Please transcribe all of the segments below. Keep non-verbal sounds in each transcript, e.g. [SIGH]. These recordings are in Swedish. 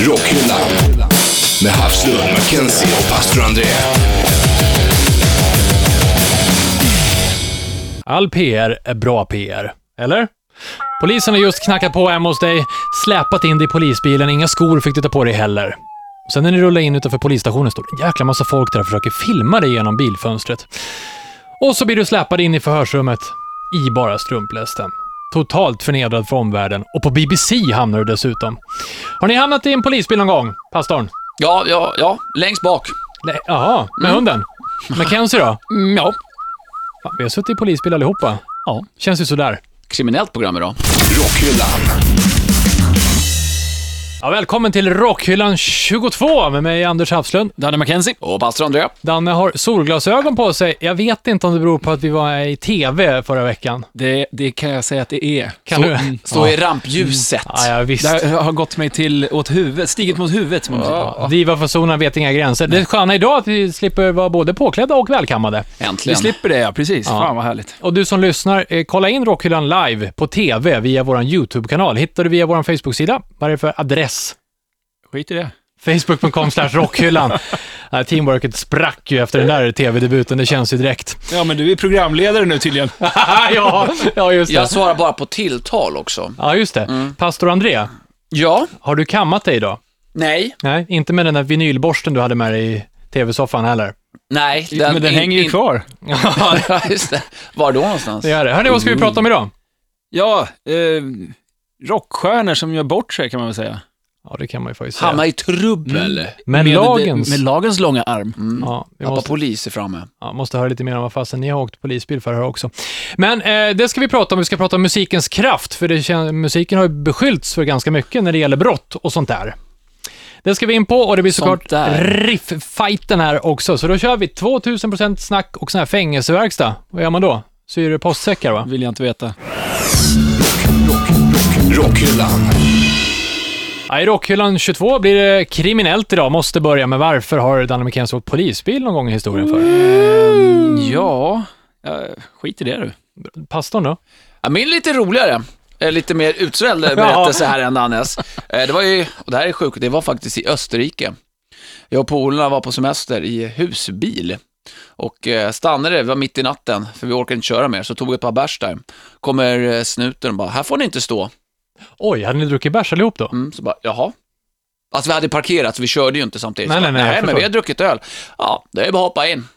Rockhyllan med Havslund, Mackenzie och pastor André. All PR är bra PR, eller? Polisen har just knackat på hemma hos dig, släpat in dig i polisbilen, inga skor fick du ta på dig heller. Sen när ni rullar in utanför polisstationen står det en jäkla massa folk där och försöker filma dig genom bilfönstret. Och så blir du släpad in i förhörsrummet, i bara strumplästen. Totalt förnedrad för omvärlden, och på BBC hamnar du dessutom. Har ni hamnat i en polisbil någon gång, pastorn? Ja, ja, ja. Längst bak. Nej, Jaha, med hunden? Mackenzie då? Mm, ja. Fan, Vi har suttit i polisbil allihopa. ja. Känns ju sådär. Kriminellt program idag. Rockhyllan. Ja, välkommen till Rockhyllan 22 med mig Anders Hafslund. Danne McKenzie. Och pastor André. Danne har solglasögon på sig. Jag vet inte om det beror på att vi var i TV förra veckan. Det, det kan jag säga att det är. Kan så, du? mm, Stå Ja. i rampljuset. Ah, Ja, ja visst. Det här har gått mig till åt huvudet, stigit mot huvudet. som Man säger. Ja. Diva för zonen vet inga gränser. Det sköna idag är att vi slipper vara både påklädda och välkammade. Vi Äntligen. slipper det, ja. Precis. Fan vad härligt. Och du som lyssnar, eh, kolla in Rockhyllan live på TV via vår YouTube-kanal. Hittar du via vår Facebook-sida. Vad är det för adress? Skit i det. Facebook.com slash rockhyllan. [LAUGHS] Nej, Teamworket sprack ju efter den där TV-debuten, det känns ju [LAUGHS] direkt. [LAUGHS] Ja, men du är programledare nu tydligen. ja, ja, just det. Jag svarar bara på tilltal också. Ja, just det. Pastor André, Ja. har du kammat dig idag? Nej. Nej, inte med den där vinylborsten du hade med dig i tv-soffan heller. Nej. men den in- hänger ju in- kvar. [LAUGHS] Ja, just det. Var då någonstans? Det är det. Hörni, vad ska vi prata om idag? Ja, eh, rockstjärnor som gör bort sig kan man väl säga. Mm. Ja, det kan man ju faktiskt säga. Hamnar i trubbel. Mm. Men med, lagens... Med lagens långa arm. Ja, vi Pappa måste, polis är framme. ja, måste höra lite mer om vad fasen ni har åkt polisbil för här också. Men eh, det ska vi prata om. Vi ska prata om musikens kraft, för det kän- musiken har ju beskyllts för ganska mycket när det gäller brott och sånt där. Det ska vi in på och det blir Sånt såklart där. riff-fighten här också. Så då kör vi 2000% snack och sån här fängelseverkstad. Vad gör man då? Syr du postsäckar va? Vill jag inte veta. Rockhyllan. Ja, I Rockhyllan 22 blir det kriminellt idag. Måste börja med varför har Danne McKenzie åkt polisbil någon gång i historien för? Ja, eh, skit i det du. Pastorn då? Ja, min är lite roligare. Eh, Lite mer utsvälld [LAUGHS] berättelse här än Dannes. Eh, Det var ju, och det här är sjukt, det var faktiskt i Österrike. Jag och polarna var på semester i husbil och eh, stannade, det var mitt i natten, för vi orkade inte köra mer, så tog vi ett par bärs där. Kommer eh, snuten och bara, här får ni inte stå. Oj, hade ni druckit bärs allihop då? Mm, så bara, jaha. Alltså vi hade parkerat, så vi körde ju inte samtidigt. Nej, Så nej, nej, bara, jag nej men förstår. vi har druckit öl. Ja, det är bara att hoppa in.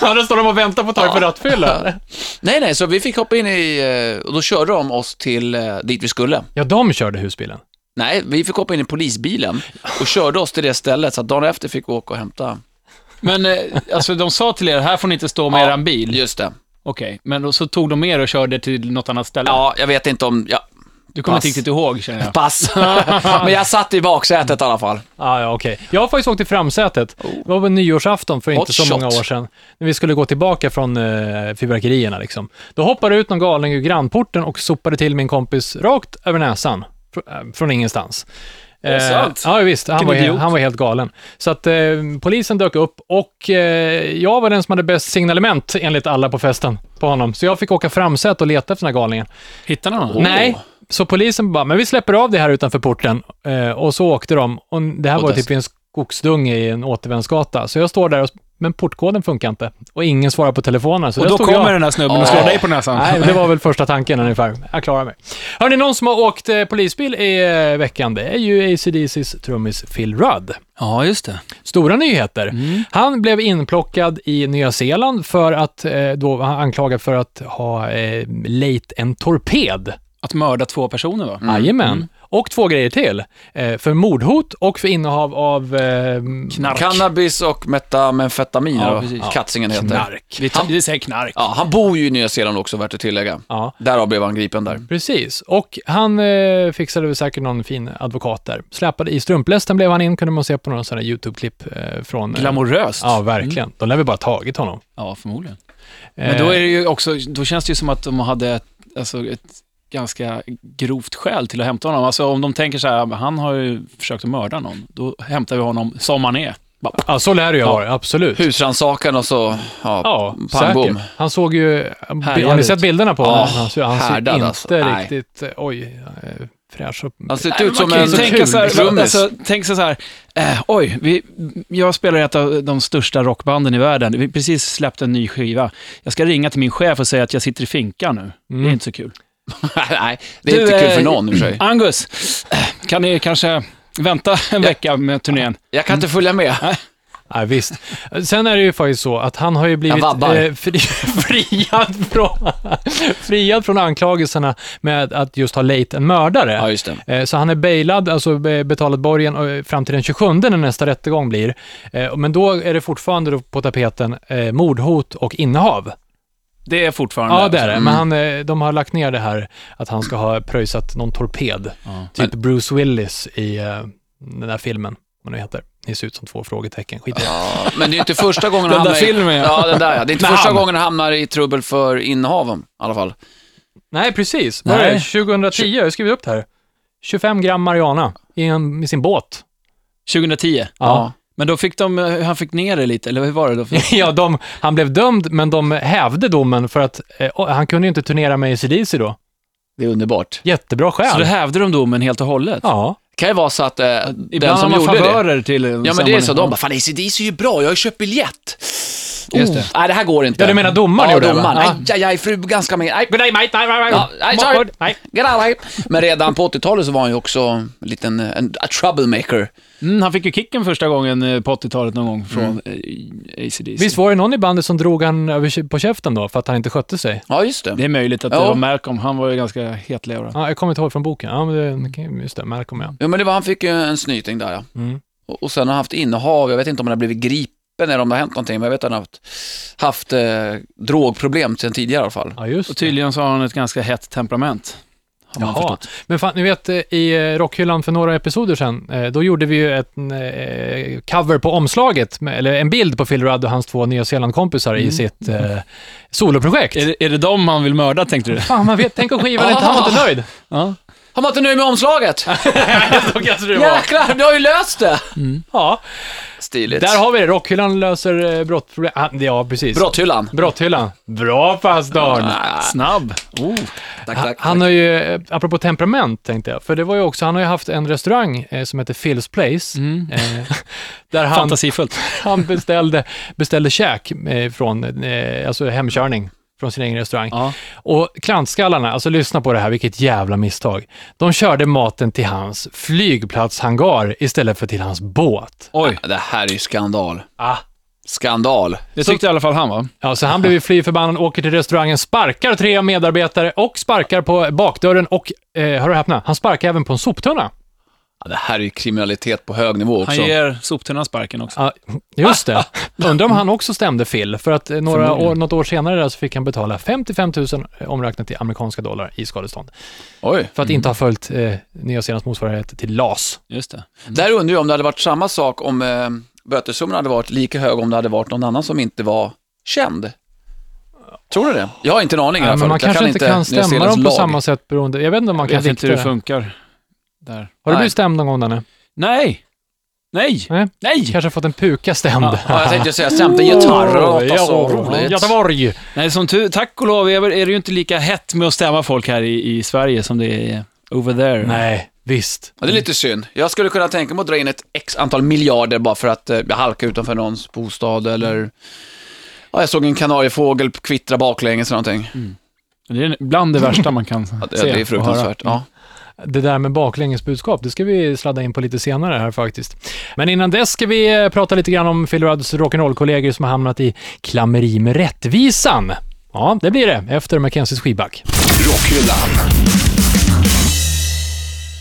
Ja, där står de och väntar på tag för rattfylla. [LAUGHS] Nej, nej, så vi fick hoppa in i, eh, och då körde de oss till eh, dit vi skulle. Ja, de körde husbilen. Nej, vi fick hoppa in i polisbilen och körde oss till det stället, så att dagen efter fick vi åka och hämta. Men eh, alltså, de sa till er, här får ni inte stå med Ja. eran bil. Just det. Okej, men då, så tog de med er och körde till något annat ställe. Ja, jag vet inte om... Ja, du kommer pass. inte riktigt ihåg, känner jag. pass. [LAUGHS] Men jag satt i baksätet i alla fall. Ah, ja, okej. Jag har faktiskt åkt i framsätet. Det var väl nyårsafton för inte Hot så shot. många år sedan. När vi skulle gå tillbaka från eh, fyrverkerierna liksom. Då hoppade ut någon galning ur grannporten och sopade till min kompis rakt över näsan. Fr- eh, från ingenstans. Eh, det sant? ja, visst. Han Vilken var, he- idiot. han var helt galen. Så att eh, polisen dök upp och eh, jag var den som hade bäst signalement enligt alla på festen på honom. Så jag fick åka framsätet och leta efter den här galningen. Hittade någon? Nej, så polisen bara, men vi släpper av det här utanför porten. Eh, och så åkte de. Och det här Och var dess- typ i en skogsdunge i en återvändsgata. Så jag står där och, men portkoden funkar inte. Och ingen svarar på telefonen. Så Och där då stod kommer jag. den här snubben och slår dig på näsan. Nej, det var väl första tanken ungefär. Jag klarar mig. Hörni, någon som har åkt eh, polisbil i eh, veckan, det är ju ACDCs trummis Phil Rudd. Ja, just det. Stora nyheter. Mm. Han blev inplockad i Nya Zeeland för att, eh, då var han anklagad för att ha eh, lejt en torped. Att mörda två personer va? Jajamän. Och två grejer till. Eh, för mordhot och för innehav av eh, Knark. Cannabis och metamfetamin, Ja, ja, precis. katsingen heter. knark. Vi, tar, vi säger knark. Ja, han bor ju i Nya Zeeland också, värt att tillägga. Ja. Därav blev han gripen där. Precis, och han eh, fixade väl säkert någon fin advokat där. Släpade i strumplästen blev han in, kunde man se på några sådana YouTube-klipp eh, från... eh, Glamoröst. Ja, verkligen. De lär väl bara tagit honom. Ja, förmodligen. Men då, är det Eh. ju också, då känns det ju som att de hade ett, alltså ett ganska grovt skäl till att hämta honom. Alltså om de tänker så här, han har ju försökt att mörda någon, då hämtar vi honom som han är. Bara, Eh, Ja, så lär det ju ha varit, absolut. Husrannsakan och så, ja, Ja, pang bom. säkert. Han såg ju... Har Härjad ni ut. sett bilderna på honom? Ja, han såg, han såg härdad inte alltså. Nej. riktigt... eh, Oj. eh, fräsch och... Han ser Nej, ut som man kan en ju tänka så här, trummis. alltså, tänk så här, eh, oj, vi, jag spelar i ett av de största rockbanden i världen. Vi har precis släppt en ny skiva. Jag ska ringa till min chef och säga att jag sitter i finkan nu. Det är inte så kul. [LAUGHS] Nej, det är Du, inte kul för eh, någon i och för sig. Angus, eh, kan ni kanske vänta en vecka med turnén? Jag kan inte följa med. Mm. Nej, visst. Sen är det ju faktiskt så att han har ju blivit eh, Jag vabbar. fri, [LAUGHS] friad, från, friad från anklagelserna med att just ha lejt en mördare. Ja, just det. Eh, Så han är bailad, alltså be- betalat borgen eh, fram till den 27 när nästa rättegång blir. Eh, Men då är det fortfarande då på tapeten eh, mordhot och innehav. Det är fortfarande... Ja, det är alltså, Mm. det. Men han, eh, de har lagt ner det här att han ska ha pröjsat någon torped. Typ Bruce Willis i eh, den där filmen, vad nu heter. Ni ser ut som två frågetecken, skit i det. Ja, men det är ju inte första [LAUGHS] gången han Den där hamnar i- filmen, ja. ja. Den där, ja. Det är inte Med första han. gången han hamnar i trubbel för innehaven, i alla fall. Nej, precis. Vad Nej. är det? 2010, jag har skrivit upp det här. 25 gram marijuana i, en, i sin båt. [LAUGHS] 2010. Ja. Men då fick de, eh, han fick ner det lite, eller hur var det då? ja, de, han blev dömd, men de hävde domen för att eh, oh, han kunde ju inte turnera med ACDC då. Det är underbart. Jättebra skäl. Så då hävde de domen helt och hållet? Ja. Det kan ju vara så att eh, den Ibland som har man gjorde det... favörer till... Ja, men det är så. De bara, fan ACDC är ju bra, jag har ju köpt biljett. Just det. Oh, nej, det här går inte. Ja, du menar domaren ja, gjorde det, va? domaren. Ja. Aj, aj, aj, frugan ska med. Aj, Goddag mate, nej, nej, nej. Ja, nej, sorry. Mobbad. nej. grabbar. Men redan på 80-talet så var han ju också en liten eh, en, a troublemaker. Mm, han fick ju kicken första gången eh, på 80-talet någon gång från mm. ACDC. Visst var det någon i bandet som drog han över på käften då, för att han inte skötte sig? Ja, just det. Det är möjligt att det Ja. var Malcolm, han var ju ganska hetlevrad. Ja, jag kommer inte ihåg från boken. Ja, men det, just det, Malcolm ja. Ja, men det var, han fick ju en snyting där ja. Mm. Och, och sen har han haft innehav, jag vet inte om han har blivit gripen eller om det har hänt någonting, men jag vet att han har haft, haft eh, drogproblem sedan tidigare i alla fall. Ja, just Och det. tydligen så har han ett ganska hett temperament. Har man Jaha. förstått. Men fan, ni vet eh, i eh, Rockhyllan för några episoder sedan, eh, då gjorde vi ju ett eh, cover på omslaget, med, eller en bild på Phil Rudd och hans två Nya Zeeland-kompisar i sitt eh, soloprojekt. Är, det, är det dem han vill mörda, tänkte du? Fan, man vet, tänk om skivan inte, han var inte nöjd. Ja. Har man inte nöjd [LAUGHS] med omslaget? Så kanske det var. Jäklar, du har ju löst det! Ja, Stiligt. Mm. där har vi det. Rockhyllan löser eh, brottproblem. Ah, Ja, precis. Brotthyllan. Brotthyllan. Bra Ah, pastorn! Snabb. Oh. Tack, Han- tack. Han har ju, eh, apropå temperament tänkte jag, för det var ju också, han har ju haft en restaurang eh, som heter Phil's Place, eh, [LAUGHS] där han, Fantasifullt. han beställde, beställde käk eh, från, eh, alltså hemkörning från sin egen restaurang. Ja. Och klantskallarna, alltså lyssna på det här, vilket jävla misstag. De körde maten till hans flygplatshangar istället för till hans båt. Oj, Det här är ju skandal. Ah. Skandal. det tyckte i alla fall han va? Ja, så han blev ju fly förbannad, åker till restaurangen, sparkar tre medarbetare och sparkar på bakdörren och, eh, hör och häpna, han sparkar även på en soptunna. Ja, det här är ju kriminalitet på hög nivå också. Han ger soptunnan sparken också. Ja, just [LAUGHS] det. Undrar om han också stämde Phil, för att eh, några år, något år senare där så fick han betala 55 000 eh, omräknat till amerikanska dollar i skadestånd. Oj. För att inte ha följt eh, Nya Zeelands motsvarighet till LAS. Just det. Där undrar jag om det hade varit samma sak om eh, bötessumman hade varit lika hög om det hade varit någon annan som inte var känd. Tror du det? Jag har inte en aning i alla men fall. man Jag kanske inte kan Nya stämma Zeelands dem på lag. samma sätt beroende, jag vet inte om man Jag kan vet vikta inte hur det det. funkar. Där. Har du Nej. blivit stämd någon gång Danne? Nej! Nej! Nej. Nej! Kanske fått en puka stämd? Ja, [LAUGHS] jag tänkte säga stämt en gitarr och låta så roligt. Göteborg! Nej, som tur, tack och lov är är det ju inte lika hett med att stämma folk här i, i Sverige som det är over there. Nej, visst. Ja, det är lite synd. Jag skulle kunna tänka mig att dra in ett x antal miljarder bara för att eh, jag halkar utanför någons bostad eller... Ja, jag såg en kanariefågel kvittra baklänges eller någonting. Mm. Det är bland det värsta man kan Ja, det, se det är och höra. fruktansvärt. Ja. Det där med baklängesbudskap, det ska vi sladda in på lite senare här faktiskt. Men innan dess ska vi eh, prata lite grann om Phil Rudds rock'n'roll-kollegor som har hamnat i klammeri med rättvisan. Ja, det blir det efter Mackenzies skivback. Rockhyllan.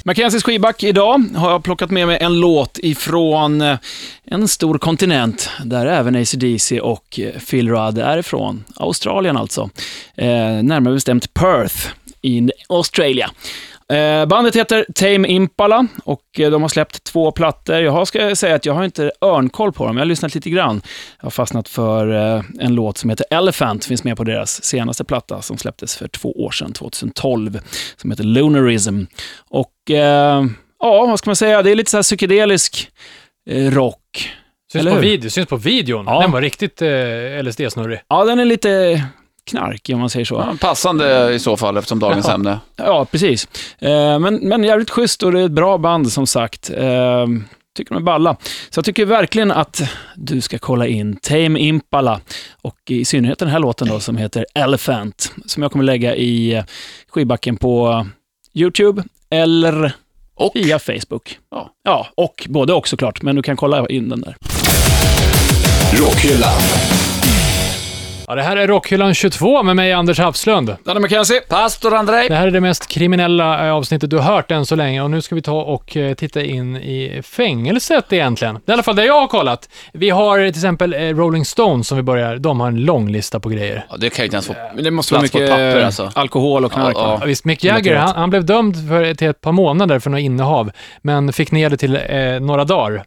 Mackenzies skivback idag har jag plockat med mig en låt ifrån eh, en stor kontinent där även ACDC och eh, Phil Rudd är ifrån. Australien alltså. Eh, närmare bestämt Perth in Australia. Eh, bandet heter Tame Impala och eh, de har släppt två plattor. Jag har, ska jag säga att jag har inte örnkoll på dem, jag har lyssnat lite grann. Jag har fastnat för eh, en låt som heter Elephant, finns med på deras senaste platta som släpptes för två år sedan, 2012, som heter Lunarism. Och eh, ja, vad ska man säga, det är lite så här psykedelisk eh, rock. Syns Eller på, hur? video, syns på videon. Ja. Den var riktigt eh, LSD-snurrig. Ja, den är lite knark, om man säger så. Ja, men passande i så fall eftersom dagens Ja. ämne. Ja, precis. Eh, men, men jävligt schysst och det är ett bra band som sagt. Eh, tycker de är balla. Så jag tycker verkligen att du ska kolla in Tame Impala och i synnerhet den här låten då som heter Elephant som jag kommer lägga i eh, skivbacken på YouTube eller Och via Facebook. Ja. ja, och både och såklart, men du kan kolla in den där. Rockhyllan. Ja, det här är Rockhyllan 22 med mig, Anders Hafslund. Danne McKenzie. pastor Andrei. Det här är det mest kriminella eh, avsnittet du har hört än så länge och nu ska vi ta och eh, titta in i fängelset egentligen. Det är I alla fall det jag har kollat. Vi har eh, till exempel eh, Rolling Stones som vi börjar. De har en lång lista på grejer. Ja, det kan ju inte ens få... Det måste vara mycket, eh, alkohol och knark. knark, va? alltså. Ja, visst, Mick Jagger, han, han blev dömd för, till ett par månader för något innehav, men fick ner det till eh, några dagar.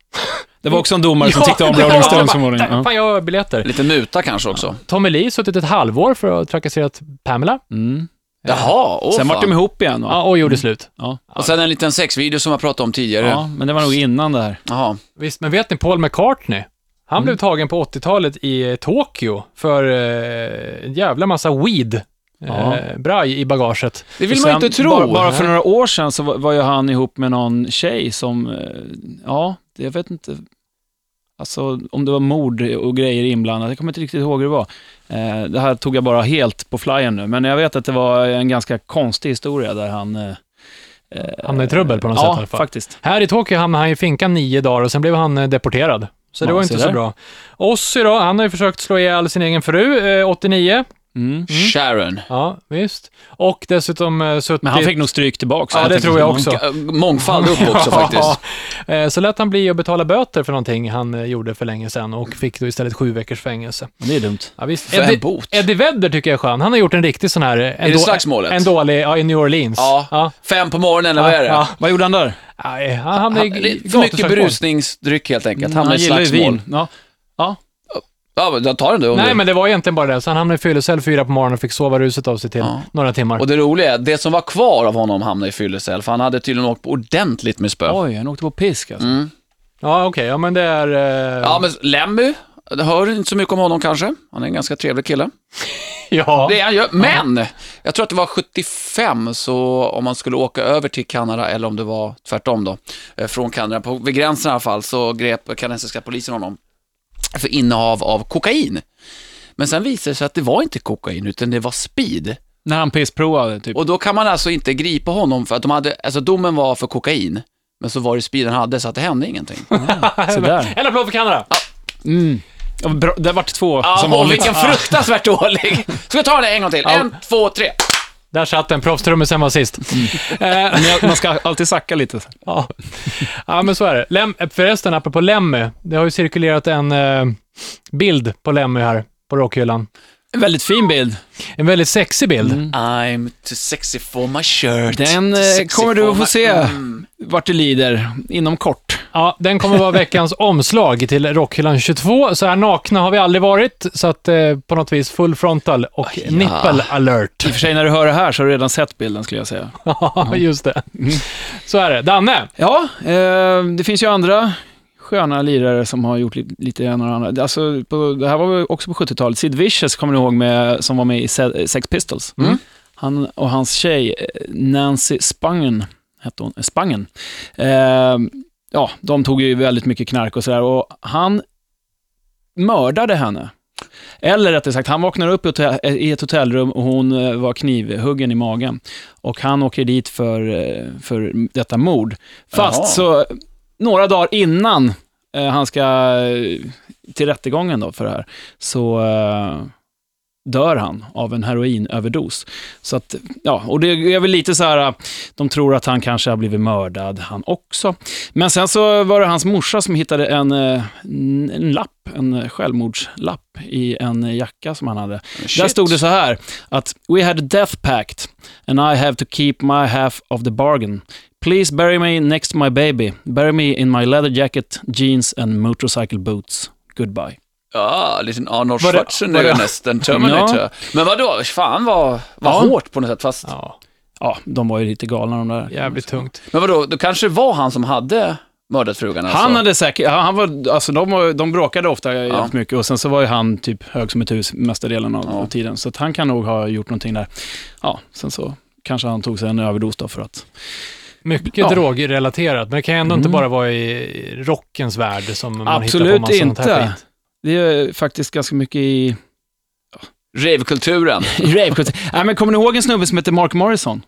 Det var också en domare som Ja, tyckte om det var- Rolling Stones jag bara, förmodligen. [LAUGHS] Ja. Fan, jag har biljetter. Lite muta kanske också. Tommy Lee suttit ett halvår för att ha trakasserat Pamela. Mm. Jaha, åh Sen vart de fan. ihop igen va? Ja, och gjorde slut. Ja. Och sen en liten sexvideo som jag pratade om tidigare. Ja, men det var nog innan det här. Jaha. Visst, men vet ni Paul McCartney? Han Mm. blev tagen på 80-talet i eh, Tokyo för eh, en jävla massa weed. Ja. Eh, braj i bagaget. Det vill Och man sen, inte tro. Bara, bara för några år sedan så var, var ju han ihop med någon tjej som, eh, ja, det- jag vet inte, alltså om det var mord och grejer inblandat, jag kommer inte riktigt ihåg hur det var. Eh, det här tog jag bara helt på flyen nu, men jag vet att det var en ganska konstig historia där han... Eh, Hamnade i trubbel på något sätt i ja, alla fall. faktiskt. Här i Tokyo hamnade han i finkan nio dagar och sen blev han eh, deporterad. Så det Ja, var se inte så där. bra. Ozzy då, han har ju försökt slå ihjäl sin egen fru, eh, 89. Mm. Sharon. Ja, visst. Och dessutom eh, suttit... Men [LAUGHS] han fick nog stryk tillbaka. Ja, det tror jag också. Ga- Mångfald upp [LAUGHS] också faktiskt. Eh, Så lät han bli att betala böter för någonting han eh, gjorde för länge sedan och fick då istället sju veckors fängelse. Det är dumt. Ja, visst. För en Eddie, bot. Eddie Vedder tycker jag är skön. Han har gjort en riktig sån här... eh, En det då- slagsmålet? En dålig, ja, i New Orleans. Ja. ja. Fem på morgonen, eller vad är det? Ja. Vad gjorde han där? Nej, han hamnade Han, i det- för mycket gatuslagsmål. berusningsdryck helt enkelt. Han Mm, han hamnar i gillar slagsmål. ju vin. Ja. Ja. Ja, men jag tar den då. om Nej, du- men det var egentligen bara det. Så han hamnade i fyllecell fyra på morgonen och fick sova ruset av sig till Ja. några timmar. [LAUGHS] Och det roliga är, det som var kvar av honom hamnade i fyllecell, för han hade tydligen åkt på ordentligt med spö. Oj, han åkte på pisk alltså. Mm. Ja, okej. Ja, men det är... eh, Ja, men Lemmy, det hör inte så mycket om honom kanske. Han är en ganska trevlig kille. ja. Det är han ju, men! Jag tror att det var 75, så om man skulle åka över till Kanada, eller om det var tvärtom då, eh, från Kanada, på, vid gränsen i alla fall, så grep kanadensiska polisen honom för innehav av kokain. Men sen visade det sig att det var inte kokain, utan det var speed. När han pissprovade typ. Och då kan man alltså inte gripa honom för att de hade, alltså domen var för kokain, men så var det speed han hade, så att det hände ingenting. sådär. En applåd för Kanada! Mm. Ja, bra. Det vart två Ja, som åh, vanligt. vilken fruktansvärt dålig. Ska vi ta det en gång till? En, två, tre. Där satt den. Proffstrummisen var sist. Mm. [LAUGHS] Eh, Men jag, man ska alltid sacka lite. Ja. ja, men så är det. Lem, förresten, apropå Lemmy. Det har ju cirkulerat en eh, bild på Lemmy här på rockhyllan. En väldigt fin bild. En väldigt sexig bild. I'm too sexy for my shirt. Den Too eh, sexy kommer du for att my- få se Mm. vart det lider inom kort. Ja, den kommer vara [LAUGHS] veckans omslag till Rockhyllan 22. Så här nakna har vi aldrig varit, så att eh, på något vis full frontal och nipple alert. [LAUGHS] I och för sig, när du hör det här så har du redan sett bilden skulle jag säga. Ja, just det. mm. Så är det. Danne, Ja, eh, det finns ju andra sköna lirare som har gjort lite, lite en och annat. Alltså, på, det här var väl också på 70-talet. Sid Vicious kommer ni ihåg med, som var med i Se- Sex Pistols. Han och hans tjej eh, Nancy Spangen, hette hon, eh, Spangen. Eh, ja, de tog ju väldigt mycket knark och sådär och han mördade henne. Eller rättare sagt, han vaknar upp i hotell- eh, i ett hotellrum och hon eh, var knivhuggen i magen. Och han åker dit för, eh, för detta mord. Fast Jaha. så, några dagar innan eh, han ska eh, till rättegången då för det här, så eh, dör han av en heroinöverdos. Så att, ja, och det är väl lite så här, äh, de tror att han kanske har blivit mördad, han också. Men sen så var det hans morsa som hittade en, eh, n- en lapp, en självmordslapp i en jacka som han hade. Där Shit. stod det så här, att “We had a death pact and I have to keep my half of the bargain. Please bury me next to my baby. Bury me in my leather jacket, jeans and motorcycle boots. Goodbye.” Ja, liten Arnold Var det- Schwarzenegger var det- nästan, Terminator. Ja. Men vadå, fan vad, vad Ja. hårt på något sätt. Fast, ja, Ja, de var ju lite galna de där. jävligt tungt. Men vadå, då kanske det var han som hade mördat frugan alltså. Han hade säkert, ja, han var, alltså de, var- de bråkade ofta jävligt Ja. mycket och sen så var ju han typ hög som ett hus mesta delen av, av tiden. Så att han kan nog ha gjort någonting där. Ja, sen så kanske han tog sig en överdos då för att... Mycket Ja. drogrelaterat, men det kan ju ändå inte Mm. bara vara i rockens värld som man hittar på Absolut massa sånt här inte. skit. Det är faktiskt ganska mycket i... [LAUGHS] Ravekulturen. i ravekultur. Nej, men kommer ni ihåg en snubbe som heter Mark Morrison?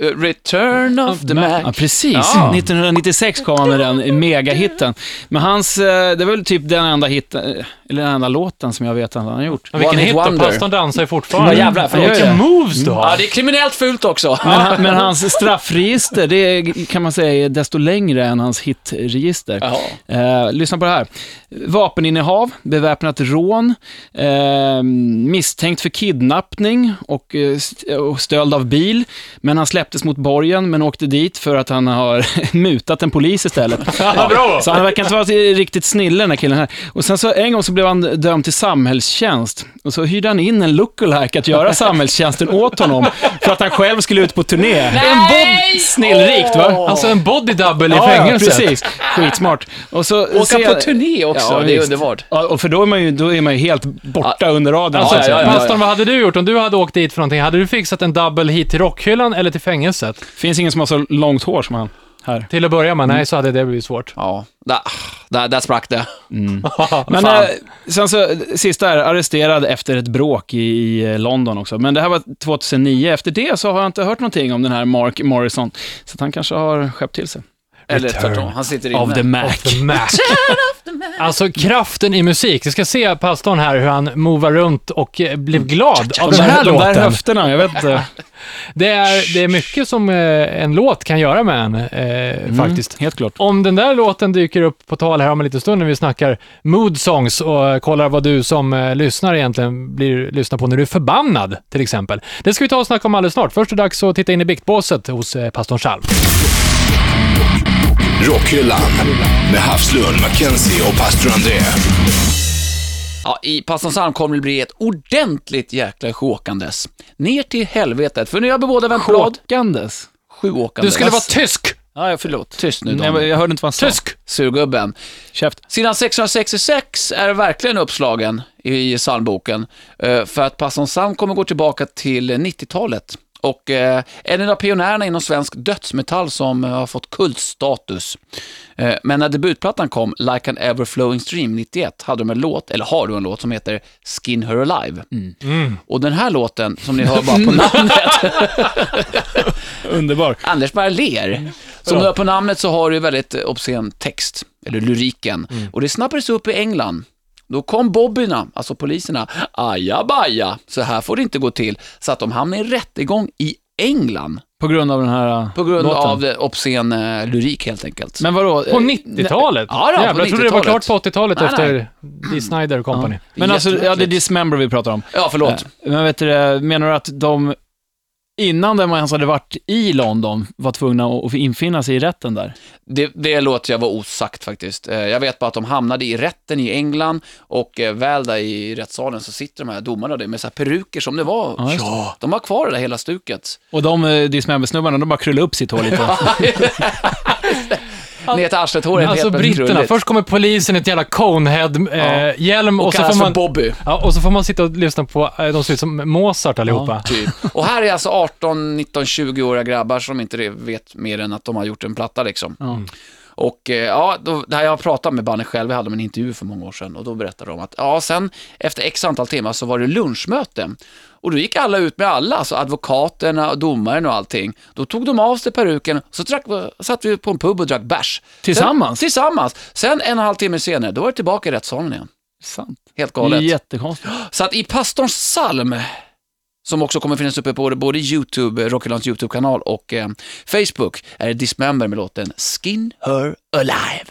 Eh, Return of the Ja, Mac. precis. Ja. 1996 kom han med den megahitten. Men hans, eh, det var väl typ den enda hitten, eh, eller den enda låten som jag vet att han har gjort. Men vilken One hit hit då? wonder. Pastorn dansar ju fortfarande. Ja, jävlar, förlåt. Vilka Ja, ja. moves du Mm. Ja, har. det är kriminellt fult också. [LAUGHS] Men, han, men hans straffregister, det är, kan man säga är desto längre än hans hitregister. Jaha. Eh, lyssna på det här. Vapeninnehav, beväpnat rån, eh, misstänkt för kidnappning och, eh, st- och stöld av bil. Men han släpptes mot borgen, men åkte dit för att han har [LAUGHS] mutat en polis istället. [LAUGHS] Ja, bra. Så han verkar inte vara riktigt snille den här killen här. Och sen så en gång så blev han dömd till samhällstjänst. Och så hyrde han in en lookalike att göra samhällstjänsten åt honom för att han själv skulle ut på turné. En bob snillrikt va? Alltså en body double i fängelset. precis. Skitsmart. Och så Åka ser- på turné också, Ja, det är visst. underbart. Ja, och för då är man ju, då är man ju helt borta under radarn. Ja, så att ja, säga. ja, ja. Pastorn, vad hade du gjort om du hade åkt dit för någonting? Hade du fixat en double hit till rockhyllan eller till fängelset? Finns ingen som har så långt hår som han här. Till att börja med, nej, så hade det blivit svårt. Ja, där, där, där sprack det. Men Fan. eh, sen så, sista här, arresterad efter ett bråk i, i eh, London också. Men det här var 2009. Efter det så har jag inte hört någonting om den här Mark Morrison. Så att han kanske har skärpt till sig. Eller Return tvärtom, han sitter Av inne. the Mac. Of the Mac. Alltså kraften i musik. Vi ska se pastorn här hur han movar runt och eh, blev glad av de den där, här de där låten. höfterna, jag vet inte. Det är, det är mycket som eh, en låt kan göra med en, eh, faktiskt. Helt klart. Om den där låten dyker upp på tal här om en liten stund när vi snackar mood songs och eh, kollar vad du som eh, lyssnar egentligen blir, lyssnar på när du är förbannad, till exempel. Det ska vi ta och snacka om alldeles snart. Först är det dags att titta in i biktbåset hos eh, pastorn Schalm. Rockhyllan med Havslund, Mackenzie och pastor André. Ja, I Passans Alm kommer det bli ett ordentligt jäkla sjåkandes. Ner till helvetet, för nu har vi båda vänt blad. Gandes. Du Sjuåkandes. skulle vara tysk! Ja, ja, förlåt. Tyst nu, Nej, men Daniel. jag hörde inte vad han sa. Tysk! Surgubben. Käft. Sidan 666 är verkligen uppslagen i psalmboken. eh, För att Passon Sam kommer gå tillbaka till 90-talet. Och eh, en av pionjärerna inom svensk dödsmetall som eh, har fått kultstatus. Eh, Men när debutplattan kom, Like an Everflowing Stream 91, hade de en låt, eller har du en låt, som heter Skin Her Alive. Och den här låten, som ni hör bara på namnet, Underbar. Anders bara ler. Som du hör på namnet så har du väldigt eh, obscen text, eller lyriken. Och det snappades upp i England. Då kom bobbyna, alltså poliserna, ajabaja, så här får det inte gå till. Så att de hamnade i rättegång i England På grund av den här eh, på grund låten. av eh, obscen eh, lyrik helt enkelt. Men vadå? På eh, 90-talet? Ja, då, på Jävlar, jag trodde det var 90-talet. klart på 80-talet Nej, efter Dee Snyder och Company. Men alltså, ja, det är Jättemärkligt. Dismember vi pratar om. ja, förlåt. Eh, Men vet du, det, menar du att de, innan de ens hade varit i London, var tvungna att att infinna sig i rätten där? Det, det låter jag vara osagt faktiskt. Eh, Jag vet bara att de hamnade i rätten i England och eh, väl där i rättssalen så sitter de här domarna där med så här peruker som det var. Ja, just det. ja. De har kvar det där hela stuket. Och de eh, Dismember-snubbarna, de bara krullade upp sitt hår lite. Ner till arslet-håret. Alltså helt plötsligt britterna, krulligt. först kommer polisen i ett jävla Conehead-hjälm och, Och så kallas får man... för Bobby. [LAUGHS] Ja, och så får man sitta och lyssna på, eh, de ser ut som Mozart allihopa. Typ. [LAUGHS] Och här är alltså 18, 19, 20-åriga grabbar som inte vet mer än att de har gjort en platta liksom. Mm. Och eh, ja, då, det här jag pratade med bandet själv, jag hade en intervju för många år sedan och då berättade de att ja, sen efter x antal timmar så var det lunchmöte. Och då gick alla ut med alla, alltså advokaterna, och domaren och allting. Då tog de av sig peruken, så drack, satt vi på en pub och drack bärs. Tillsammans? Sen, tillsammans. Sen en och en halv timme senare, då var det tillbaka i rättssalen igen. Sant. Helt Det är galet. jättekonstigt. Så att i pastorns psalm, som också kommer finnas uppe på både YouTube, Rockylands YouTube-kanal och eh, Facebook, är det Dismember med låten Skin Her Alive.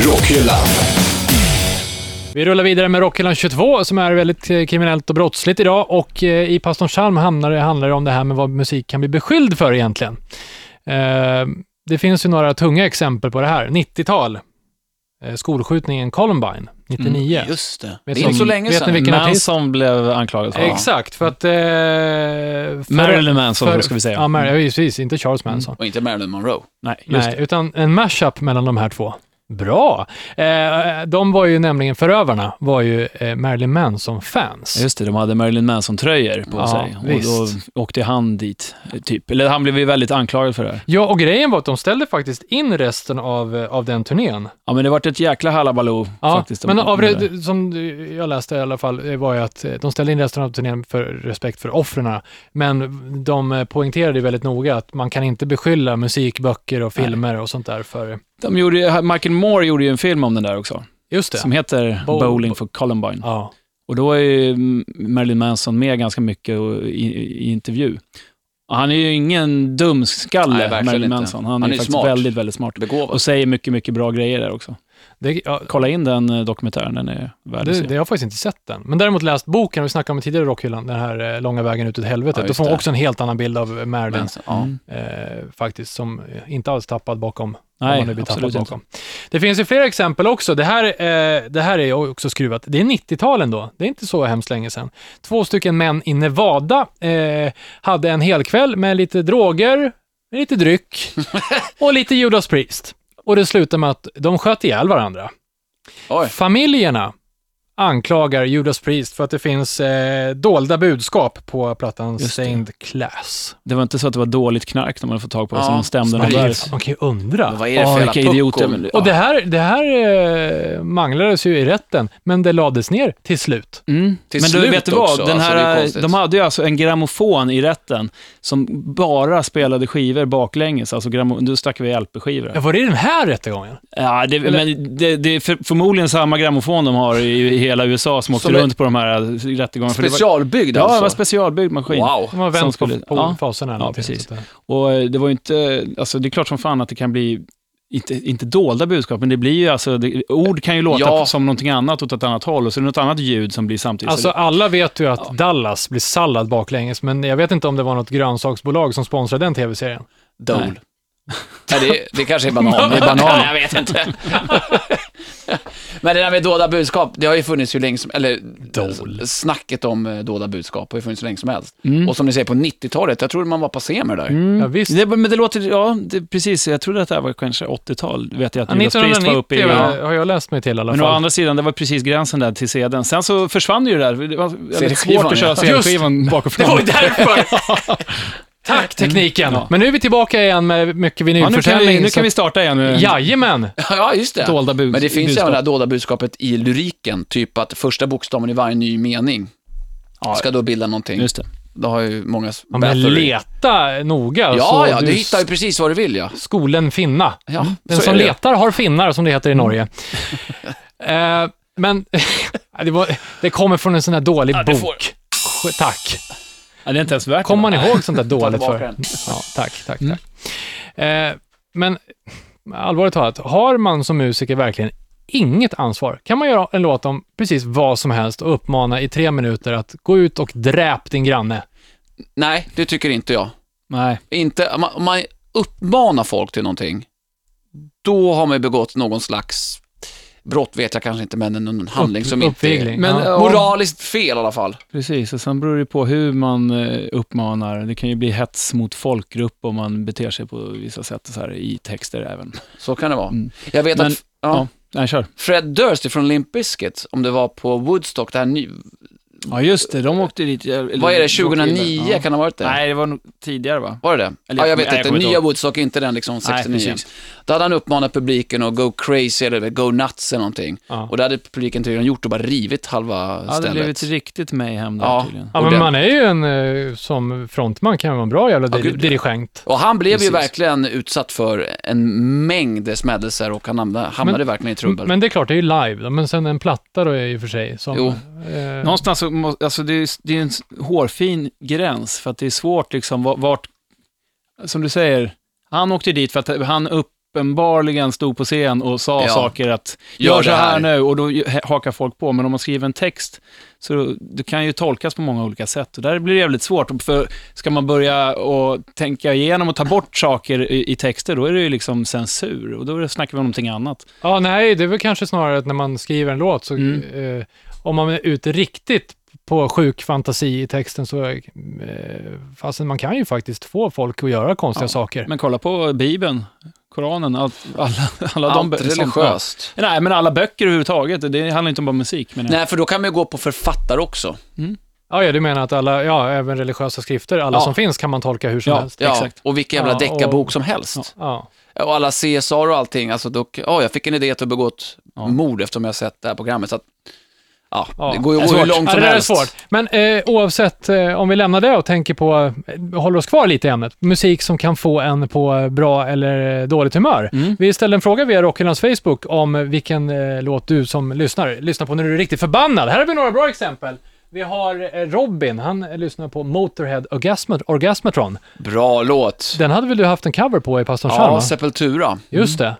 Rockhyllan Vi rullar vidare med Rockhyllan 22 som är väldigt eh, kriminellt och brottsligt idag och eh, i Pastorn Chalm handlar, det- handlar det om det här med vad musik kan bli beskylld för egentligen. Eh, det finns ju några tunga exempel på det här. 90-tal. eh, skolskjutningen Columbine 99. Mm, Just det. Vet det är som- inte så länge vet ni sedan. vilken Manson artist? blev anklagad för. Exakt, för att... Eh, för, Marilyn Manson, ska vi säga. Ja, Mar- ja, precis. Inte Charles Manson. Och inte Marilyn Monroe. Nej, just Nej, utan en mashup mellan de här två. Bra! Eh, de var ju nämligen, förövarna var ju eh, Marilyn Manson-fans. det. Just det, de hade Marilyn Manson-tröjor på Ja, sig. Och visst. då åkte han dit, eh, typ. Eller han blev ju väldigt anklagad för det här. Ja, och grejen var att de ställde faktiskt in resten av, eh, av den turnén. Ja, men det vart ett jäkla halabaloo Ja, faktiskt. om- men om av, det där. det- som du- jag läste i alla fall eh, var ju att eh, de ställde in resten av turnén för respekt för offren, men de eh, poängterade ju väldigt noga att man kan inte beskylla musikböcker och filmer och sånt där för... De gjorde, ju- Michael Moore gjorde ju en film om den där också, Just det. som heter Bo- Bowling for Columbine. Ja. Och då är ju mm, Marilyn Manson med ganska mycket och i, i intervju. Och han är ju ingen Nej, dumskalle, verkligen Marilyn inte. Manson. Han, Han är, är faktiskt smart. väldigt, väldigt smart. Begåvad. Och säger mycket, mycket bra grejer där också. Det, ja, Kolla in den eh, dokumentären, den är värd att det, se. det har jag faktiskt inte sett den. Men däremot läst boken, vi snackade om tidigare i Rockhyllan, den här eh, Långa vägen ut ur helvetet. Ja, Då just får man det. också en helt annan bild av Marilyn, Manson, ja. Mm. eh, faktiskt, som eh, inte alls tappad bakom om man nu Nej, blir absolut tappad inte. bakom. Det finns ju fler exempel också. Det här, eh, det här är ju också skruvat. Det är 90-talen då. Det är inte så hemskt länge sedan. Två stycken män i Nevada eh, hade en hel kväll med lite droger, lite dryck och lite Judas Priest. Och det slutade med att de sköt ihjäl varandra. Oj. Familjerna anklagar Judas Priest för att det finns eh, dolda budskap på plattan Just det. Stained Class. Det var inte så att det var dåligt knark de hade fått tag på Ja, som stämde någon Man kan ju- värld. man kan ju undra. Men vad är det Ja, för vilka jävla idioter. pucko? Och det här, det här eh, manglades ju i rätten, men det lades ner till slut. Mm. Till Men du, slut vet du vad? också, den alltså, det är här, konstigt. de hade ju alltså en grammofon i rätten som bara spelade skivor baklänges. Alltså grammo- nu snackar vi LP-skivor. här. Ja, var det den här rättegången? Ja, det, Eller- men det, det är för, förmodligen samma grammofon de har i, i hela USA som åkte Som är- runt på de här eh, rättegångarna. för det var- Specialbyggd Ja, det var en alltså? specialbyggd maskin. Wow. De har Som vänt skulle- på, på ja. faserna. eller Ja, någonting precis. sånt där. Och eh, det var ju inte, alltså det är klart som fan att det kan bli, inte, inte dolda budskap, men det blir ju alltså, det, ord kan ju låta Ja. som någonting annat åt ett annat håll och så är det något annat ljud som blir samtidigt. Alltså, Så alla vet ju att Dallas blir sallad baklänges, men jag vet inte om det var något grönsaksbolag som sponsrade den tv-serien. Dole. Nej, det, det kanske är banan. Det är banan. jag vet inte. Men det där med dåda budskap, det har ju funnits hur länge som eller Dole. snacket om eh, dåda budskap har ju funnits hur länge som helst. Och som ni säger, på 90-talet, jag tror man var passé med det där. [LAUGHS] Mm. Ja, visst. det, men det låter, ja, det, precis. Jag trodde att det här var kanske 80-tal, vet jag att Ja, Judas Priest var uppe i. 1990 Ja. har jag läst mig till i alla Men å fall. andra sidan, det var precis gränsen där till sedan. Sen så försvann ju det där. Det var väldigt CD-skivan, svårt att köra ja. [LAUGHS] CD-skivan bak och Det fram. var ju därför! Tack tekniken! Eh, mm. Ja. Men nu är vi tillbaka igen med mycket Ja, nu, kan vi, vinylförsäljning. nu så kan vi starta igen. att- eh, Jajamän! Ja, just det. Dolda bud- Men det finns ju budskap. även det här dolda budskapet i lyriken, typ att första bokstaven i varje ny mening ska då bilda någonting. Just det. Det har ju många s- Ja, men Bathory. leta noga Ja, så ja, du du hittar ju precis vad du vill ja. skolen finna. ja Den så som är det. letar har finnar, som det heter i [LAUGHS] Norge. eh, men [LAUGHS] det, var, det kommer från en sån här dålig det bok. får- Sk- Tack. Ja, det är inte ens värt Kommer det. man ihåg sånt där dåligt tillbaka för? den. Ja, tack, tack, tack. Eh, men allvarligt talat, har man som musiker verkligen inget ansvar? Kan man göra en låt om precis vad som helst och uppmana i tre minuter att gå ut och dräp din granne? Nej, det tycker inte jag. Nej. Inte, om man, om man uppmanar folk till någonting, då har man ju begått någon slags brott, vet jag kanske inte, men en- en handling som inte är uppvigling. Men, ja. eh, moraliskt fel i alla fall. Precis, och sen beror det på hur man eh, uppmanar. Det kan ju bli hets mot folkgrupp om man beter sig på vissa sätt så här, i texter även. Så kan det vara. Mm. Jag vet Men- att ja, ja. Nej, kör. Fred Durst från Limp Bizkit, om det var på Woodstock, det här ny, Ja, just det. De åkte dit. vad är det, 2009 kan det ha varit det? Nej, det var nog tidigare va? Var det det? Eller ja, jag jag- vet nej, jag inte. kommer inte Nya ihåg. Woodstock, inte den liksom 69. precis. Då hade han uppmanat publiken att go crazy eller go nuts eller någonting. Ja. Och det hade publiken tydligen gjort och bara rivit halva Ja, det stället. blev ett riktigt mayhem där Ja. tydligen. Ja, Och men den- man är ju en, eh, som frontman kan man vara en bra jävla Ja, dir- gud, ja. dirigent. Och han blev ju Precis. verkligen utsatt för en mängd smädelser och han hamnade, hamnade verkligen i trubbel. Men det är klart, det är ju live. då, Men sen en platta då är ju för sig. Som, Jo. Eh, Någonstans så må, alltså det är, det är en s- hårfin gräns för att det är svårt liksom va- vart, som du säger, han åkte dit för att han upp, uppenbarligen stod på scen och sa Ja. saker att Gör gör så det här." här nu och då ju- hakar folk på. Men om man skriver en text så det kan ju tolkas på många olika sätt och där blir det jävligt svårt. För ska man börja och tänka igenom och ta bort saker i, i texter, då är det ju liksom censur och då snackar vi om någonting annat. Ja, nej, det är väl kanske snarare att när man skriver en låt, så, eh, om man är ute riktigt på sjuk fantasi i texten så, eh, fastän man kan ju faktiskt få folk att göra konstiga saker. Men kolla på Bibeln, Koranen, allt, alla, alla de... Allt bö- sånt. religiöst. Nej, men alla böcker överhuvudtaget. Det handlar inte om bara musik, men Nej, för då kan man ju gå på författare också. Ja, ja, du menar att alla, ja, även religiösa skrifter, alla Ja. som finns kan man tolka hur som Ja. helst. Ja, Exakt. och vilken jävla Ja, deckarbok och- som helst. Ja. Och alla CSR och allting. Alltså då, ja, jag fick en idé att ha begått mord eftersom jag sett det här programmet. Så att, ja, Ja, det går det ju är går ju svårt. långt ja, som det där helst. är svårt. Men eh, oavsett, eh, om vi lämnar det och tänker på, eh, håller oss kvar lite i ämnet, musik som kan få en på eh, bra eller eh, dåligt humör. Mm. Vi ställde en fråga via Rockhylans Facebook om eh, vilken eh, låt du som lyssnar lyssnar på när du är riktigt förbannad. Här har vi några bra exempel. Vi har eh, Robin, han eh, lyssnar på Motorhead Orgasmat- Orgasmatron. Bra låt. Den hade väl du haft en cover på i Pastorn Charm? Ja, va? Sepultura. Just det.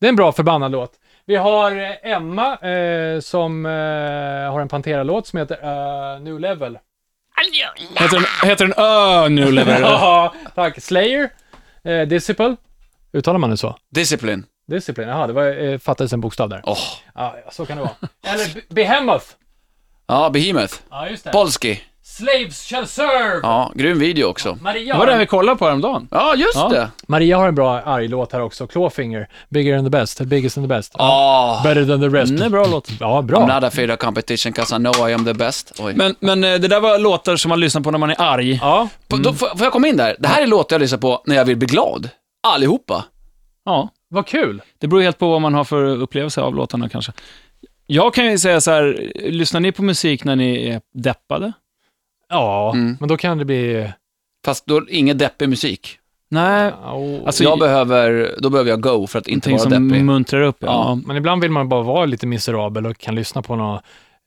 Det är en bra förbannad låt. Vi har eh, Emma eh, som eh, har en Pantera-låt som heter eh, New Level. Heter den, heter den Ö nu, [LAUGHS] Lever? Ja, tack. Slayer, eh, Disciple. Uttalar man det så? Discipline. Discipline, jaha, det var, eh, fattades en bokstav där. Åh. Ja, så kan det vara. Eller Be- Behemoth. Ja, Behemoth. Ja, just det. Polski. Slaves shall serve. Ja, grym video också. Maria, Det har var den en, vi kollade på häromdagen. Ja, just Ja. det. Maria har en bra arg låt här också. Clawfinger, Bigger than the best, biggest than the best. Ah, Better than the rest. Mm, det är bra låt. Ja, I'm bra. not afraid of competition cause I know I am the best. Oj. Men, men eh, det där var låtar som man lyssnar på när man är arg. Ja, På- Mm. Då får, får jag komma in där? Det här är låtar jag lyssnar på när jag vill bli glad. Allihopa. Ja, vad kul. det beror helt på vad man har för upplevelse av låtarna kanske. Jag kan ju säga så här, lyssnar ni på musik när ni är deppade? Ja, Mm. men då kan det bli... Fast då, ingen deppig musik. Nej, Au. Alltså, jag i- behöver, då behöver jag go för att inte någonting vara som deppig. muntrar upp. Ja. Ja. men ibland vill man bara vara lite miserabel och kan lyssna på någon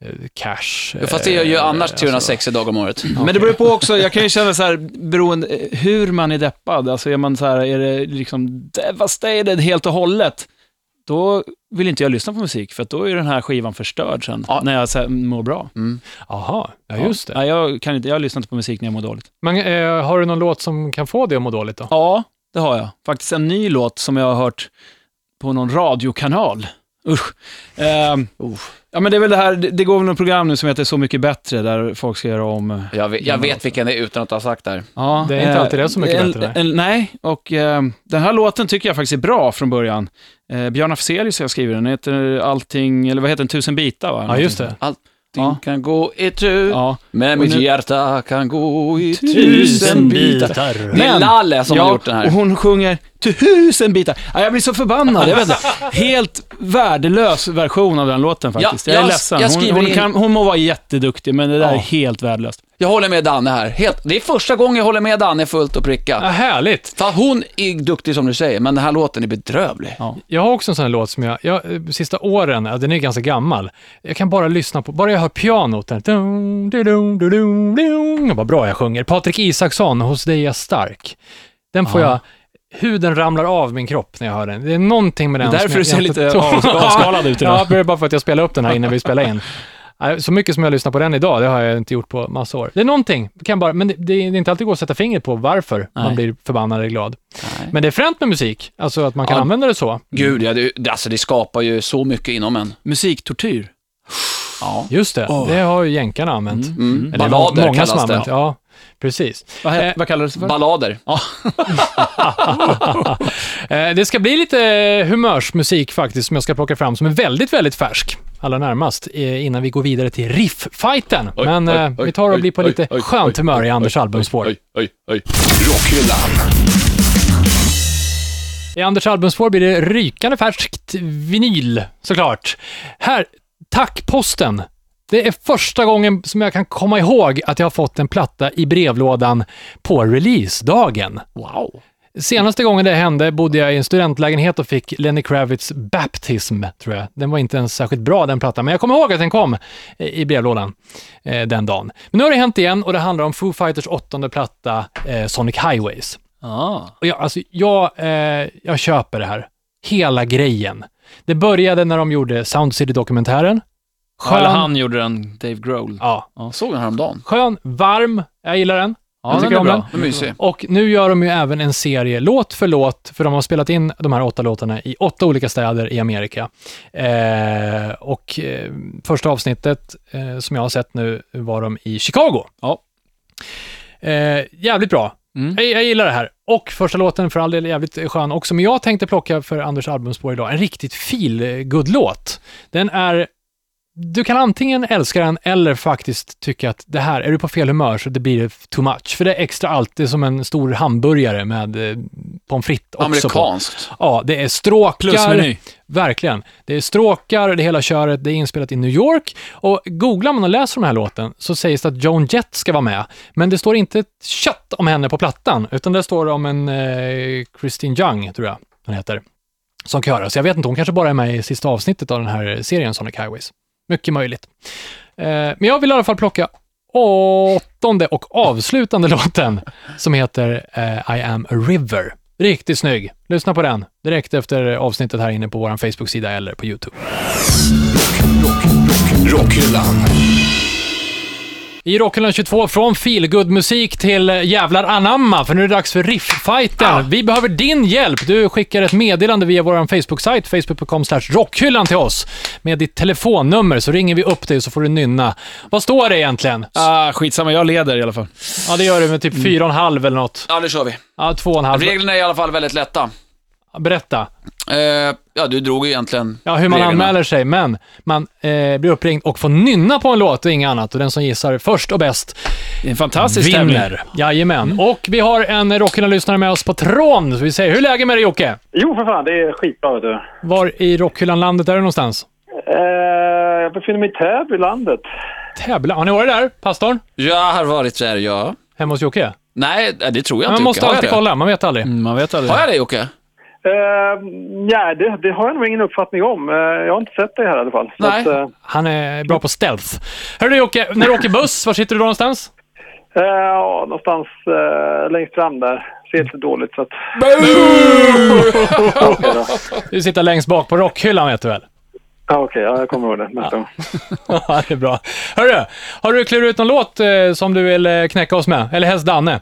eh, cash. Fast det gör jag ju annars alltså. eh, 360 dagar om året. Men det beror ju på också, jag kan ju känna så här, beroende eh, hur man är deppad, alltså är man så här, är det liksom devastated helt och hållet, då vill inte jag lyssna på musik, för att då är den här skivan förstörd sen, Ja. när jag så här, mår bra. Alltså, Aha, ja just det. Nej, jag, kan inte, jag lyssnar inte på musik när jag mår dåligt. Men eh, har du någon låt som kan få dig att må dåligt då? Ja, det har jag. Faktiskt en ny låt som jag har hört på någon radiokanal. Usch. Ehm, ja, men det är väl det här, det, det går väl något program nu som heter Så mycket bättre, där folk ska göra om... eh, Jag vet, jag vet vilken det är utan att ha sagt det här. Ja, Det är inte eh, alltid det är Så mycket en, bättre, En, nej, och eh, den här låten tycker jag faktiskt är bra från början. Eh, Björn Afzelius har skrivit den, den heter Allting, eller vad heter den, Tusen bitar va? Ja, just det. Allting Ja. kan gå i tur, Ja. men Och mitt nu- hjärta kan gå i Tusen tusen bitar. Det är Men- Lalle som har gjort den här. och hon sjunger tusen bitar. Ja, jag blir så förbannad, jag vet inte. Helt värdelös version av den låten faktiskt. Ja, jag är jag- ledsen. jag hon, skriver hon, in- kan, hon må vara jätteduktig, men det där Ja. är helt värdelöst. Jag håller med Danne här. Helt, det är första gången jag håller med Danne fullt och pricka. Ja, härligt. För hon är duktig som du säger, men den här låten är bedrövlig. Ja. Jag har också en sån här låt som jag, jag eh, sista åren, ja, den är ganska gammal, jag kan bara lyssna på, bara jag hör pianot, där, dum, du, dum, du, dum, dum. vad bra jag sjunger. Patrik Isaksson, Hos dig är jag stark. Den får jag, huden ramlar av min kropp när jag hör den. Det är någonting med den som därför jag du ser inte lite tror- [LAUGHS] avsk- avskalad ut idag. Ja, det är bara för att jag spelade upp den här innan vi spelade [LAUGHS] in. Nej, Så mycket som jag lyssnar på den idag, det har jag inte gjort på massa år. Det är någonting, kan bara, men det, det är inte alltid går att sätta fingret på varför man Nej. blir förbannad eller glad. Men det är fränt med musik, alltså att man kan Ja. använda det så. Gud, ja, det, det- alltså, det skapar ju så mycket inom en. Musiktortyr. Ja. Just det, det har ju jänkarna använt. Mm. Eller Ballader många som kallas använt, det. ja. Precis. Vad, he- Eh, vad kallades det för? Ballader. Eh, [LAUGHS] det ska bli lite humörsmusik faktiskt som jag ska plocka fram som är väldigt, väldigt färsk. Allra närmast eh, innan vi går vidare till riff-fighten. Men eh, vi tar och blir på lite skönt humör i Anders albumspår. Rockhyllan. I Anders albumspår blir det rykande färskt vinyl såklart. Här, Tackposten. Det är första gången som jag kan komma ihåg att jag har fått en platta i brevlådan på releasedagen. Wow. Senaste gången det hände bodde jag i en studentlägenhet och fick Lenny Kravitz Baptism, tror jag. Den var inte ens särskilt bra den plattan, men jag kommer ihåg att den kom eh, i brevlådan eh, den dagen. Men nu har det hänt igen och det handlar om Foo Fighters åttonde platta eh, Sonic Highways. Ah. Och jag, alltså, jag, eh, jag köper det här. hela grejen. Det började när de gjorde Sound City-dokumentären. Ja, Skön, eller han gjorde den, Dave Grohl. ja, Såg den häromdagen. skön, varm, jag gillar den. Ja, jag tycker den är om bra. den. Vad mysig. Och nu gör de ju även en serie låt för låt, för de har spelat in de här åtta låtarna i åtta olika städer i Amerika. Eh, och eh, första avsnittet eh, som jag har sett nu var de i Chicago. Ja. Eh, jävligt bra. Mm. Jag, jag gillar det här. Och första låten för all del är jävligt skön också, men jag tänkte plocka för Anders albumspår idag en riktigt feel-good-låt. Den är du kan antingen älska den eller faktiskt tycka att det här, är du på fel humör så det blir too much. För det är extra allt, det är som en stor hamburgare med eh, pommes frites också. På. Amerikanskt. Ja, det är stråkar. Plusmeny. Verkligen. Det är stråkar, det hela köret, det är inspelat i New York. Och googlar man och läser den här låten så sägs det att Joan Jett ska vara med. Men det står inte ett kött om henne på plattan, utan det står om en eh, Christine Young, tror jag hon heter, som körar. Så jag vet inte, hon kanske bara är med i sista avsnittet av den här serien Sonic Highways. Mycket möjligt. Eh, men jag vill i alla fall plocka åttonde och avslutande låten som heter eh, I am a river. Riktigt snygg. Lyssna på den direkt efter avsnittet här inne på vår Facebook-sida eller på YouTube. Rockhyllan. I Rockhyllan 22 från feelgood musik till eh, jävlar anamma, för nu är det dags för rifffighten. Vi behöver din hjälp. Du skickar ett meddelande via vår Facebook-sajt, facebook.com rockhyllan till oss med ditt telefonnummer, så ringer vi upp dig så får du nynna. Vad står det egentligen? Ah, skitsamma, jag leder i alla fall. Ja, det gör du med typ 4,5 eller något. Ja, nu kör vi. Ja, 2,5. Reglerna är i alla fall väldigt lätta. Berätta. Eh, ja, du drog ju egentligen Ja, hur man reglerna. anmäler sig, men man eh, blir uppringd och får nynna på en låt och inget annat. Och den som gissar först och bäst Det är en fantastisk tävling. vinner. Jajamän. Mm. Och vi har en Rockhyllan-lyssnare med oss på tråden. Så vi säger, hur är läget med dig Jocke? Jo, för fan. Det är skitbra, vet du. Var i Rockhyllan-landet är du någonstans? Eh, jag befinner mig i Täby, landet. Täby. Har ni varit där, pastorn? Jag har varit där, ja. Hemma hos Jocke? Nej, eh, det tror jag Man inte. måste Jocke. Har jag alltid det? kolla, man vet aldrig. Mm, Man vet aldrig. Har jag det, Jocke? Eh, ja, det, det har jag nog ingen uppfattning om. Eh, jag har inte sett det här i alla fall. Så Nej. att, eh, Han är bra på stealth. Hörru Jocke, när du åker buss, var sitter du då någonstans? eh, ja, någonstans eh, längst fram där. Ser lite dåligt. Så att, [LAUGHS] Du sitter längst bak på rockhyllan vet du väl? ja, okej, ja, jag kommer ihåg det nästa gång. Ja, det är bra. Hörru, har du klurat ut någon låt eh, som du vill eh, knäcka oss med? Eller helst Danne?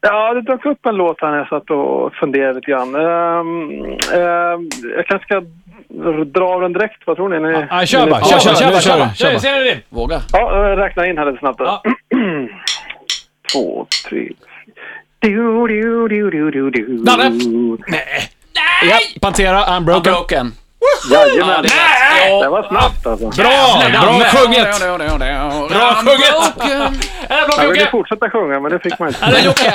Ja, det dök upp en låt här när jag satt och funderade lite grann. Ehm, ehm, jag kanske ska dra den direkt. Vad tror ni? ni Ja, kör ni- bara, Ja, kör bara, kör, kör nu bara, kör kör vi, bara. kör Nej, bara. Ser ni det? Våga. Ja, eh, räkna in här lite snabbt. då. Ja. [CLEARS THROAT] Två, tre... Du, du, du, du, du, du. Danne! Ja, Pantera, Broken. Unbroken. Ja, Jajamän! det är rätt. Det var snabbt alltså. Bra! Bra Danne. sjunget! Bra sjunget! Är det bra Jag ville Jocke? fortsätta sjunga, men det fick man inte. Men Jocke,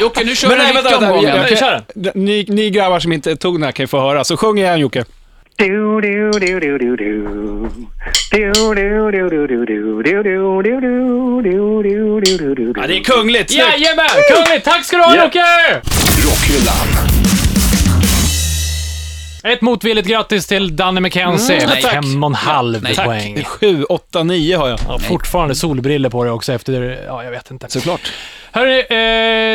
Jocke, nu kör vi Men nej, den vänta, riktiga vänta. omgången. Jocke, kör den. Ni, ni grabbar som inte tog den här kan ju få höra, så sjung igen Jocke. Du, du, du, du, du, du. Du, du, du, du, du, du, du, du, du, du, du, du, du, du, du, du. Ja, det är kungligt, snyggt! Jajamän, kungligt! Tack ska du ha Ja. Jocke! Rockhyllan. Ett motvilligt grattis till Danne McKenzie. Mm, nej, tack. Fem och en halv Nej, tack. poäng. Sju, åtta, nio har jag. Ja, fortfarande solbriller på dig också efter, ja jag vet inte. Såklart. Hörrni,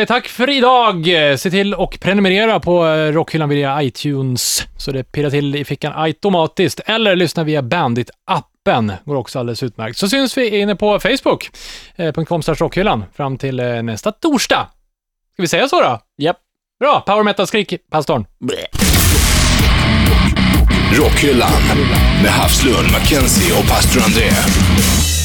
eh, tack för idag. Eh, Se till och prenumerera på eh, Rockhyllan via iTunes, så det pirrar till i fickan automatiskt. Eller lyssna via Bandit-appen, går också alldeles utmärkt. Så syns vi inne på Facebook, eh, .com slash rockhyllan, fram till eh, nästa torsdag. Ska vi säga så då? Japp. Bra, power metal-skrik, pastorn. Rockhyllan. Med Havslund, Mackenzie och pastor André.